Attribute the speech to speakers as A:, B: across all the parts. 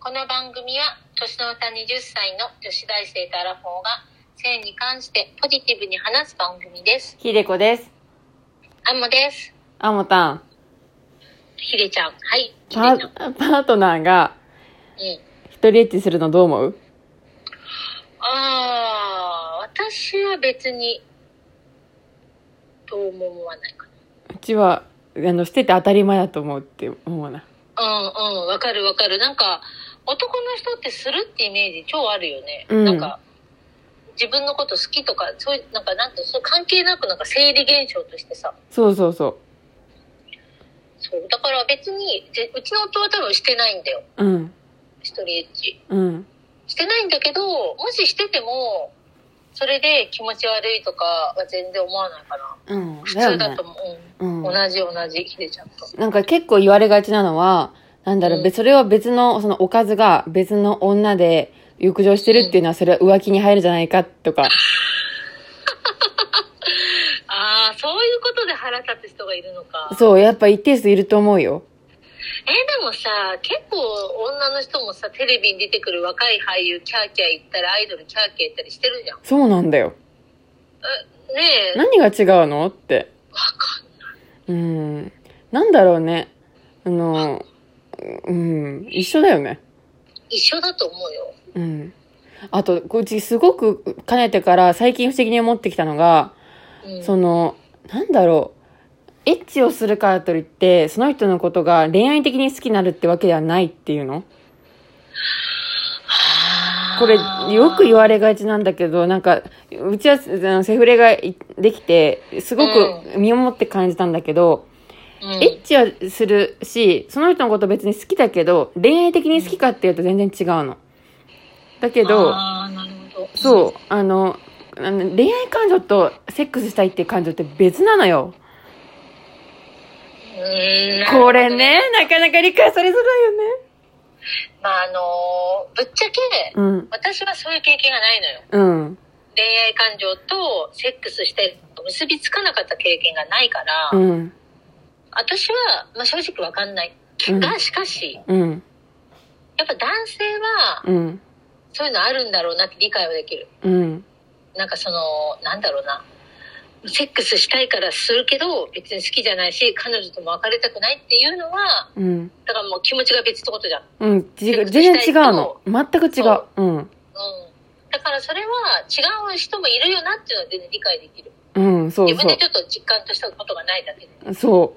A: この番組は年の差20歳の女子大生とアラフォーが性に関してポジティブに話す番組です。
B: ひでこです。
A: アモです。
B: あもたん。
A: ひでちゃん。はい。ひでちゃ
B: パ
A: ん。うん。
B: パートナーが一人エッチするのどう思う
A: ああ、私は別に、どうも思わないか
B: うちは、あの、してて当たり前だと思うって思うな。
A: な。うんうん、わかるわかる。なんか、男の人ってするってイメージ超あるよね。
B: うん
A: なんか、自分のこと好きとか、そういう、なんか、なんて、そう関係なくなんか生理現象としてさ、
B: そうそうそ
A: そう。だから別に、ぜうちの夫は多分してないんだよ。
B: う。うん。
A: 一人エッチ。
B: うん。
A: してないんだけど、もししてても、それで気持ち悪いとかは全然思わないかな。
B: うん。
A: 普
B: だよ
A: 通だ
B: ね
A: と。思う。
B: うん
A: うん。同じ同じ、ひでちゃんと。
B: なんか結構言われがちなのは、なんだろ
A: う
B: う、
A: ん
B: 別それは別の、そのおかずが別の女で浴場してるっていうのは、それは浮気に入るんじゃないかとか。
A: ああ、そういうことで腹立つ人がいるのか。
B: そう、やっぱ一定数いると思うよ。
A: えー、でもさ、結構女の人もさ、テレビに出てくる若い俳優、キャーキャー言ったり、アイドルキャーキャー言ったりしてるじゃん。
B: そうなんだよ。
A: え、ねえ、わ
B: 何が違うのって。
A: かん
B: うん。なんだろうね。あの、うん、一緒だよね。
A: 一緒だと思うよ。
B: うん。あと、こうちすごくかねてから最近不思議に思ってきたのが、
A: うん。
B: その、なんだろう。エッチをするからといって、その人のことが恋愛的に好きになるってわけではないっていうのこれ、よく言われがちなんだけど、なんか、うちはあのセフレがいできて、すごく身をもって感じたんだけど、
A: うん、
B: エッチはするし、その人のこと別に好きだけど、恋愛的に好きかっていうと全然違うの。だけど、
A: ああ、なるほど。
B: そう、あの、あの恋愛感情とセックスしたいっていう感情って別なのよ。
A: うーん。
B: これね、なかなか理解されづら
A: まああのぶっちゃけ
B: いよね。
A: 私はそういう経験がないのよ
B: うん。うん。
A: 恋愛感情とセックスして結びつかなかった経験がないから、
B: うん。
A: 私は、まあ、正直わかんない、
B: うん
A: がしかし
B: うん。
A: やっぱ男性は
B: うん。
A: そういうのあるんだろうなって理解はできる
B: うん。
A: なんかそのなんだろうなセックスしたいからするけど別に好きじゃないし彼女とも別れたくないっていうのは
B: うん。
A: だからもう気持ちが別ってことじゃん
B: うん。ち
A: セッ
B: 全
A: クスしたい
B: 然違うの。全く違う
A: そ。
B: うん。
A: うんだからそれは違う人もいるよなっていうのは全然理解できる
B: うん、そう
A: 自分
B: そ
A: でちょっと実感としたことがないだけで、
B: う。そう。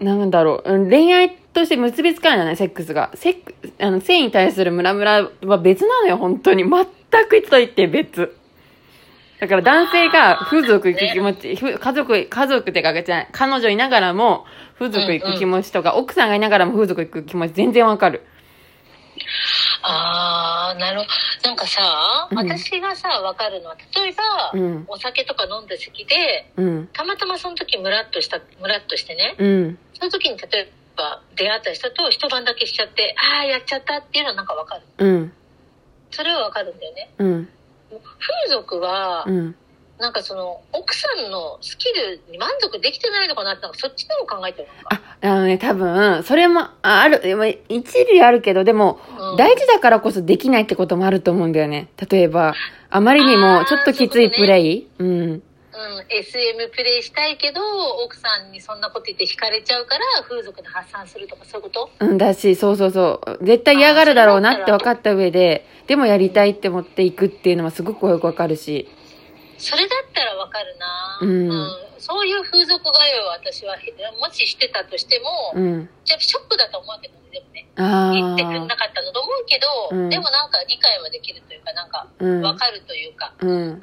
A: う
B: なんだろう、うん恋愛として結びつかないんだね、セックスが。セックあの、性に対するムラムラは別なのよ、本当に。全く一と言って別。だから男性が風俗行く気持ち、ふ家族、家族ってかけじゃない。彼女いながらも風俗行く気持ちとか、奥さんがいながらも風俗行く気持ち全然わかる。
A: ん、ああなるほどなんかさ、
B: うん
A: 私がさ分かるのは例えば、
B: うん。
A: お酒とか飲んだ席で
B: うん。
A: たまたまその時ムラっとしたムラっとしてね
B: うん。
A: その時に例えば出会った人と一晩だけしちゃってああやっちゃったっていうのはなんか分かる
B: うん。
A: それは分かるんだよね
B: うん。
A: 風俗は、
B: うん。
A: なんかその奥さんのスキルに満足できてないのかなってなんかそっちの方考えてるのか
B: あ、あのね、多分、それも、あある、まあ一理あるけど、でも、
A: うん
B: 大事だからこそできないってこともあると思うんだよね。例えば、あまり
A: あ
B: に
A: ー
B: もちょっとき
A: そ
B: つい
A: ういうことね
B: プレイうん。
A: うん、SM プレイしたいけど奥さんにそんなこと言って惹かれちゃうから風俗で発散するとかそういうこと
B: うんだし、そうそうそう。絶対嫌がるだろうなって分かった上で、でもやりたいって思っていくっていうのはすごくよくわかるし。
A: それだったらわかるな、
B: うん
A: そういう風俗通いは私はもししてたとしても、
B: うん。
A: じゃあショックだと思うけどねでもね
B: あ
A: 言ってくれ
B: あ
A: な。かったのと思うけど、
B: うん
A: でもなんか理解はできるというかなんか
B: うん。
A: わかるというか、
B: うん。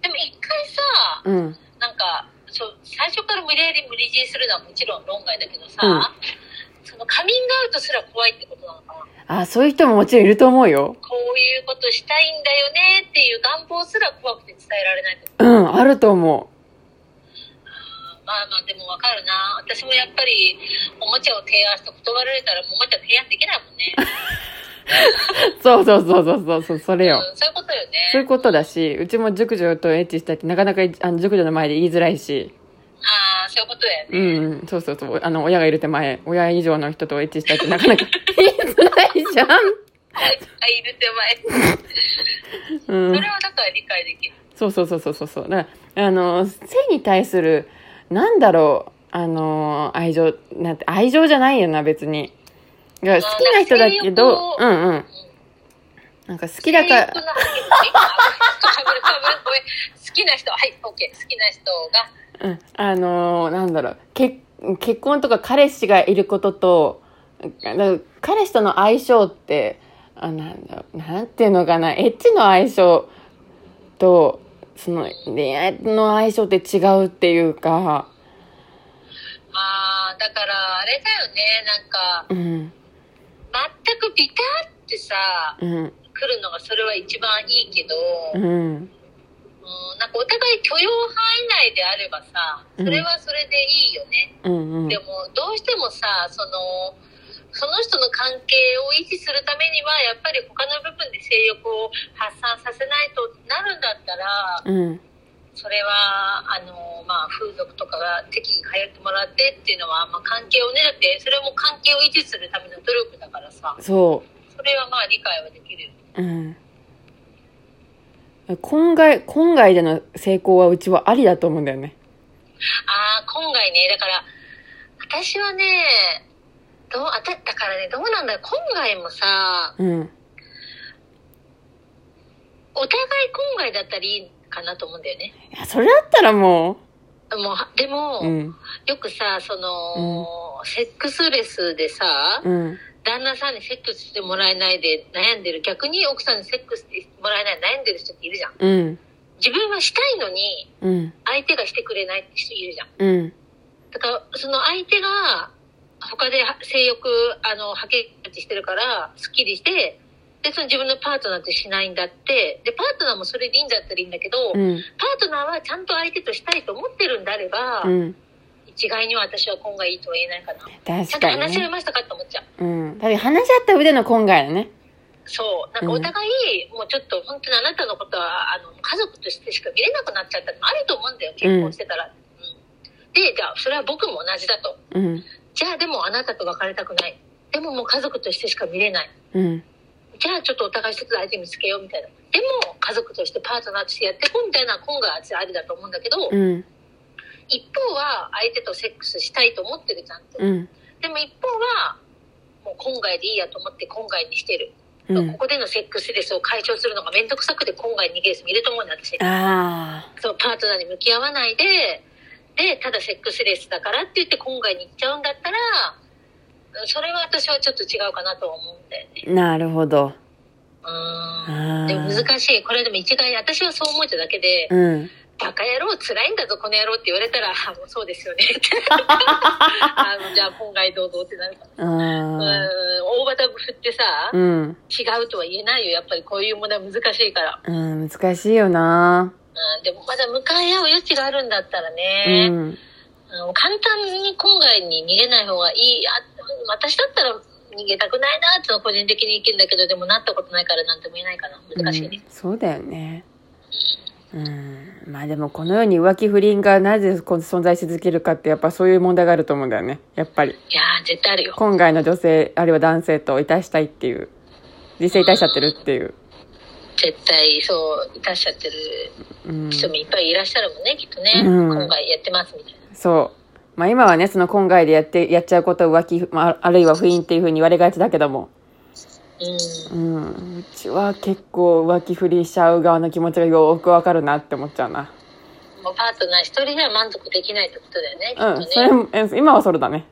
A: でも一回さ
B: うん。
A: なんかそう最初から無理やり無理強いするのはもちろん論外だけどさ、
B: うん
A: そのカミングアウトすら怖いってことなのかな
B: あそういう人ももちろんいると思うよ。
A: こういうことしたいんだよねっていう願望すら怖くて伝えられないと
B: うん、 あると思
A: まあまあでもわかるな私もやっぱりおもちゃを提案して断られたらもうおもちゃ提案できないもんね、
B: う。そうそうそうそうそうそう、それ
A: う
B: よ。
A: ん、そういうことよ
B: そういう
A: ね
B: ことだし、うちも熟女とエッチしたいってなかなかあの熟女の前で言いづらいし、
A: ああそういうことだよね
B: うん、そうそうそう、あの、親がいる手前、親以上の人とエッチしたいってなかなか 言いづないじゃん。
A: あいる手前、
B: うん
A: それはだから理解できる
B: そうそうそうそうそうそう。だからあの性に対するなんだろうあの愛情なんて愛情じゃないよな別に。いや好きな人だけ
A: 性
B: ど、
A: 欲を
B: うんうん。なんか好きだか
A: 性欲の励み
B: ら、
A: えあごめんごめんごめん好きな人はい OK 好きな人が
B: うん、あのなんだろう結結婚とか彼氏がいることとなんか彼氏との相性ってあなんだろうなんていうのかなエッチの相性とその恋愛の相性って違うっていうか、
A: ああだからあれだよねなんか
B: うん
A: 全くビタってさ
B: うん
A: 来るのがそれは一番いいけど、
B: うん。
A: うん、なんかお互い許容範囲内であればさそれはそれでいいよね、
B: うんうん
A: でもどうしてもさそのその人の関係を維持するためにはやっぱり他の部分で性欲を発散させないとなるんだったら
B: うん
A: それはあの、まあ、風俗とかが適宜通ってもらってっていうのは、まあ、関係をねだってそれも関係を維持するための努力だからさ
B: そ
A: それはまあ理解はできるよ
B: ううん婚外婚外での成功はうちはありだと思うんだよね
A: ああ今回ねだから私はねどうあただからねどうなんだろう今回もさ
B: うん
A: お互い今回だったらいいかなと思うんだよね
B: いやそれだったらも
A: もうでも、
B: ううん
A: よくさその、セックスレスでさ
B: うん
A: 旦那さんにセックスしてもらえないで悩んでる逆に奥さんにセックスしてもらえないで悩んでる人っているじゃん
B: うん
A: 自分はしたいのに
B: うん
A: 相手がしてくれないって人いるじゃん
B: うん
A: だからその相手が他で性欲あのはけ口してるからスッキリしてでその自分のパートナーってしないんだってでパートナーもそれでいいんだったらいいんだけど、
B: う
A: パー
B: ん
A: トナーはちゃんと相手としたいと思ってるんであれば、
B: うん
A: 一概には私は今回いいとは言えないかなちゃん
B: 確
A: と
B: かに
A: 話し合い
B: ね
A: ましたかって思っちゃう
B: うんだって話し合った上での婚外だね
A: そうなんかお互い、もうちょっと本当にあなたのことはあの家族としてしか見れなくなっちゃったのもあると思うんだよ結婚してたら、うんでじゃあそれは僕も同じだと
B: うん
A: じゃあでもあなたと別れたくないでももう家族としてしか見れない
B: うん
A: じゃあちょっとお互い一つ相手見つけようみたいなでも家族としてパートナーとしてやっていこうみたいな今回はありだと思うんだけど、
B: うん
A: 一方は相手とセックスしたいと思ってるじゃんと、
B: うん
A: でも一方はもう今回でいいやと思って今回にしてる
B: うん
A: ここでのセックスレスを解消するのが面倒くさくて今回逃げる人もいると思うんだ私
B: あ
A: そうパートナーに向き合わないででただセックスレスだからって言って今回に行っちゃうんだったらうんそれは私はちょっと違うかなとは思うんだよね
B: あなるほど
A: うー
B: あ
A: んでも
B: あ
A: 難しいこれでも一概に私はそう思えただけで
B: うん
A: 「バカ野郎辛いんだぞこの野郎」って言われたらあ「もうそうですよね」 ってあのじゃあ今回どうぞってなるからう
B: あ
A: ーん大股振ってさ
B: ーうん
A: 違うとは言えないよやっぱりこういう問題難しいから
B: うん難しいよな
A: うんでもまだ向かい合う余地があるんだったら
B: う
A: ね、
B: ん
A: うん簡単に郊外に逃げない方がいいあ私だったら逃げたくないなってのは個人的に意見だけどでもなったことないからなんとも言えないかな難しいね、
B: うん、そうだよねうんまあでもこのように浮気不倫がなぜこう存在し続けるかってやっぱそういう問題があると思うんだよねやっぱり
A: いやー絶対あるよ
B: 今回の女性あるいは男性といたしたいっていう実際いたしちゃってるっていう、
A: 絶対そういたしちゃってる
B: うん、
A: 人もいっぱいいらっしゃるもんねきっとね、
B: うん
A: 今回やってますみたいな
B: そうまあ今はねその婚外でやってやっちゃうことを浮気、まあ、あるいは不倫っていうふうに言われがちだけども、
A: うん
B: うん、うちは結構浮気不倫しちゃう側の気持ちがよくわかるなって思っちゃうな
A: もうパートナー一人では満足できないってことだよねきっ
B: う
A: と
B: ん
A: ね
B: それもえ今はそれだね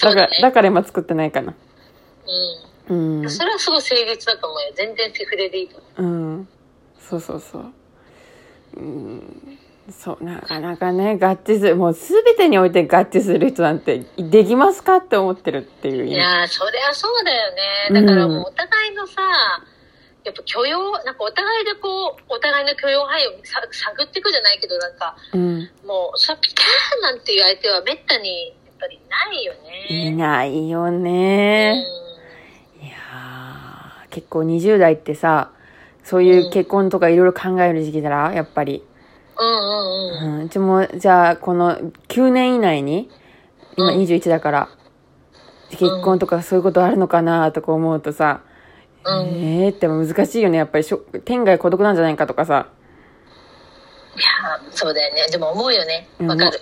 B: だからだから今作ってないかなうん
A: うん、それはすごい誠実だと思うよ全然セフレでいいと思う
B: うんそうそうそううんそうなかなかね合致するもう全てにおいて合致する人なんてできますかって思ってるっていう
A: い
B: 意味
A: やーそりゃそうだよねだから
B: う
A: も
B: ん
A: うお互いのさ、やっぱ許容なんかお互いでこうお互いの許容範囲をさ探っていくじゃないけどなんか
B: うん
A: もうそれピターなんていう相手はめったにやっぱりないよ
B: い
A: ね
B: ないよ
A: うん
B: ねいやー結構20代ってさそういう結婚とかいろいろ考える時期だらやっぱ
A: うんうん
B: り、う
A: うん
B: ん、うちもじゃあこの9年以内に今
A: うん
B: 21だから結婚とかそういうことあるのかなとか思うとさ、
A: うん。いや
B: ええって難しいよね。やっぱりしょ、天外孤独なんじゃないかとかさ。
A: ーそうだよね。でも思うよね。わかる。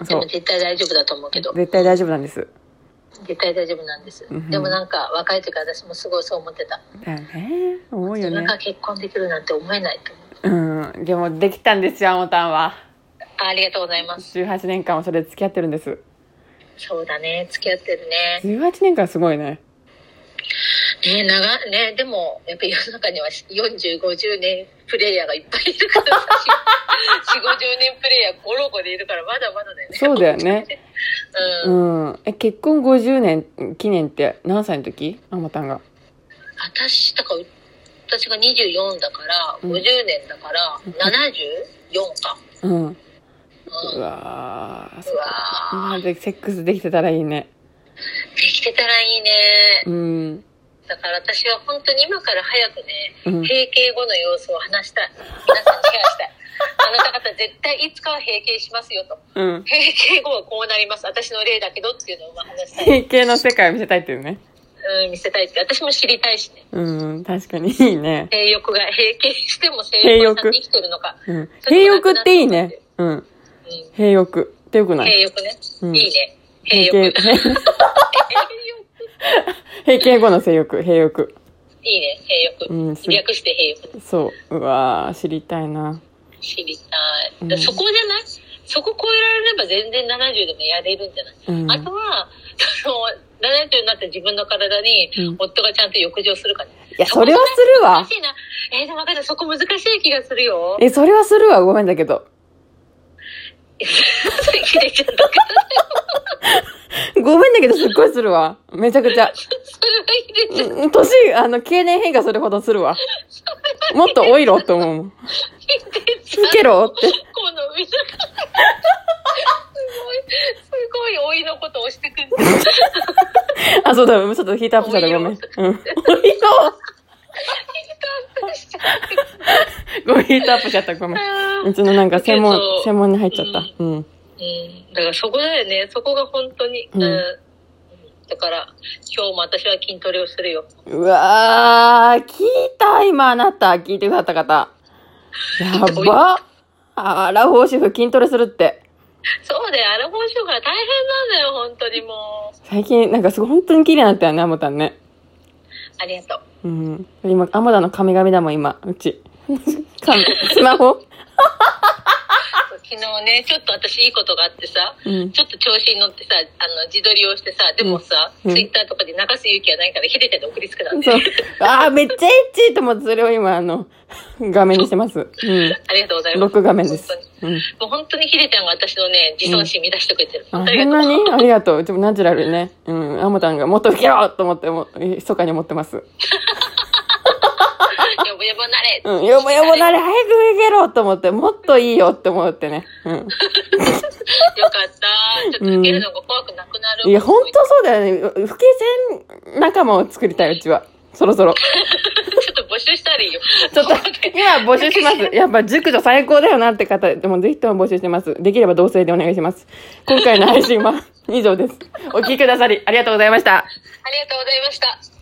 A: で
B: そ
A: も
B: う。
A: 絶対大丈夫だと思うけど。
B: 絶対大丈夫なんです。
A: 絶対大丈夫なんです。
B: うん
A: でもなんか若い時から私もすごいそう思ってた。
B: だよね。思う
A: 自
B: よ
A: 分
B: ね。
A: が結婚できるなんて思えないと思う。
B: うん。でも、できたんですよ、あもたんは。
A: あありがとうございます。
B: 18年間はそれ付き合ってるんです。
A: そうだね。付き合ってるね。
B: 18年間すごいね。
A: ね長いねでもやっぱり世の中には4050年プレイヤーがいっぱいいるからさ4 5 0年プレイヤーゴロゴでいるからまだまだだよね
B: そうだよね。
A: うん、
B: うん。え、結婚50年記念って何歳の時あもたんが。
A: 私だから私が24だから
B: うん
A: 50年だから74か、
B: うん。
A: う、
B: うん
A: うわ
B: わー
A: ー
B: まあでセックスできてたらいいね。
A: できてたらいいね
B: うん。
A: だから私は本当に今から早くね
B: うん
A: 閉経後の様子を話したい皆さんにシェアしたいあなた方絶対いつかは閉経しますよと
B: うん。
A: 閉経後はこうなります私の例だけどっていうのをまあ話したい、
B: 変形の世界を見せたいっていうね。
A: うん、見せたいって私も知りたいしね
B: うん、確かにいいね。
A: 性欲が閉経しても性欲が生きてるのか、
B: うん。平欲っていいね。うん。
A: う
B: 平欲ってよく
A: ん、
B: ない
A: 性欲ね、
B: うん
A: いいね性欲
B: 平平平形後の性欲、平欲。
A: いいね性欲、
B: うんす
A: 略して性欲
B: そう。うわー、知りたいな。
A: 知りたい、
B: うん
A: そこじゃないそこ超えられれば全然70でもやれるんじゃない、
B: うん。
A: あとはその70になった自分の体に
B: うん
A: 夫がちゃんと浴場するかね
B: いや、それはするわ
A: 難。しいなえー、でも分かんないそこ難しい気がするよ
B: え、それはするわ。ごめんだけど。
A: 切れちゃったから
B: ごめんだけど、すっごいするわ。めちゃくちゃ。
A: それは入れちゃっ
B: うん年、あの、経年変化するほどするわ。もっと老いろって思うもん。
A: て
B: 老けろって。
A: このみんながすごいすごい老いのことを押してくる老いの
B: あ、そうだ、ちょっとヒートアップしたらごめん。うん。おいの
A: しちゃって
B: ごめん、ヒートアップしちゃった、ごめん。 うちのなんか専門、専門に入っちゃった。うん。
A: うんだからそこだよねそこが本当に、
B: うん
A: うんだから今日も私は筋トレをするよ
B: うわー、聞いた今、あなた。聞いてくださった方。やばあラフォー主婦筋トレするって。
A: そうだよアラフォーしようから大変なんだよ本当にもう
B: 最近、なんかすごい、本当に綺麗になったよね、アモタンね。
A: ありがとう
B: うん。今、アモタンの神々だもん、今、う ち。神スマホ
A: 昨日ねちょっと私いいことがあってさ
B: うん。
A: ちょっと調子に乗ってさあの自撮りをしてさでもさ、
B: うん
A: ツイッターとかで流す勇気はないからヒデちゃんで送りつけたんで
B: そう。ああ、めっちゃエッチと思って、それを今、あの、画面にしてます。うん。
A: ありがとうございます
B: 録画面です
A: 本当に。
B: う
A: も
B: ん。
A: う本当にヒデちゃんが私のね、自尊心乱してくれてる。
B: あ、
A: ありが
B: そん
A: とう。
B: なに ありがとう。ちょっとナチュラルね。うん。アモタンがもっと受けろと思っても、え密かに思ってます。
A: やぼやぼなれ。
B: うん。よぼよぼなれ、早く受けろと思って、もっといいよって思ってね。うん。
A: よかった。ちょっと受けるのが怖くなくなる。
B: いや、ほんとそうだよね。不敬戦仲間を作りたい、うちは。そろそろ。
A: ちょっと募集したらいいよ。
B: ちょっと、今募集します。やっぱ熟女最高だよなって方、でもぜひとも募集してます。できれば同性でお願いします。今回の配信は以上です。お聴きくださり、ありがとうございました。
A: ありがとうございました。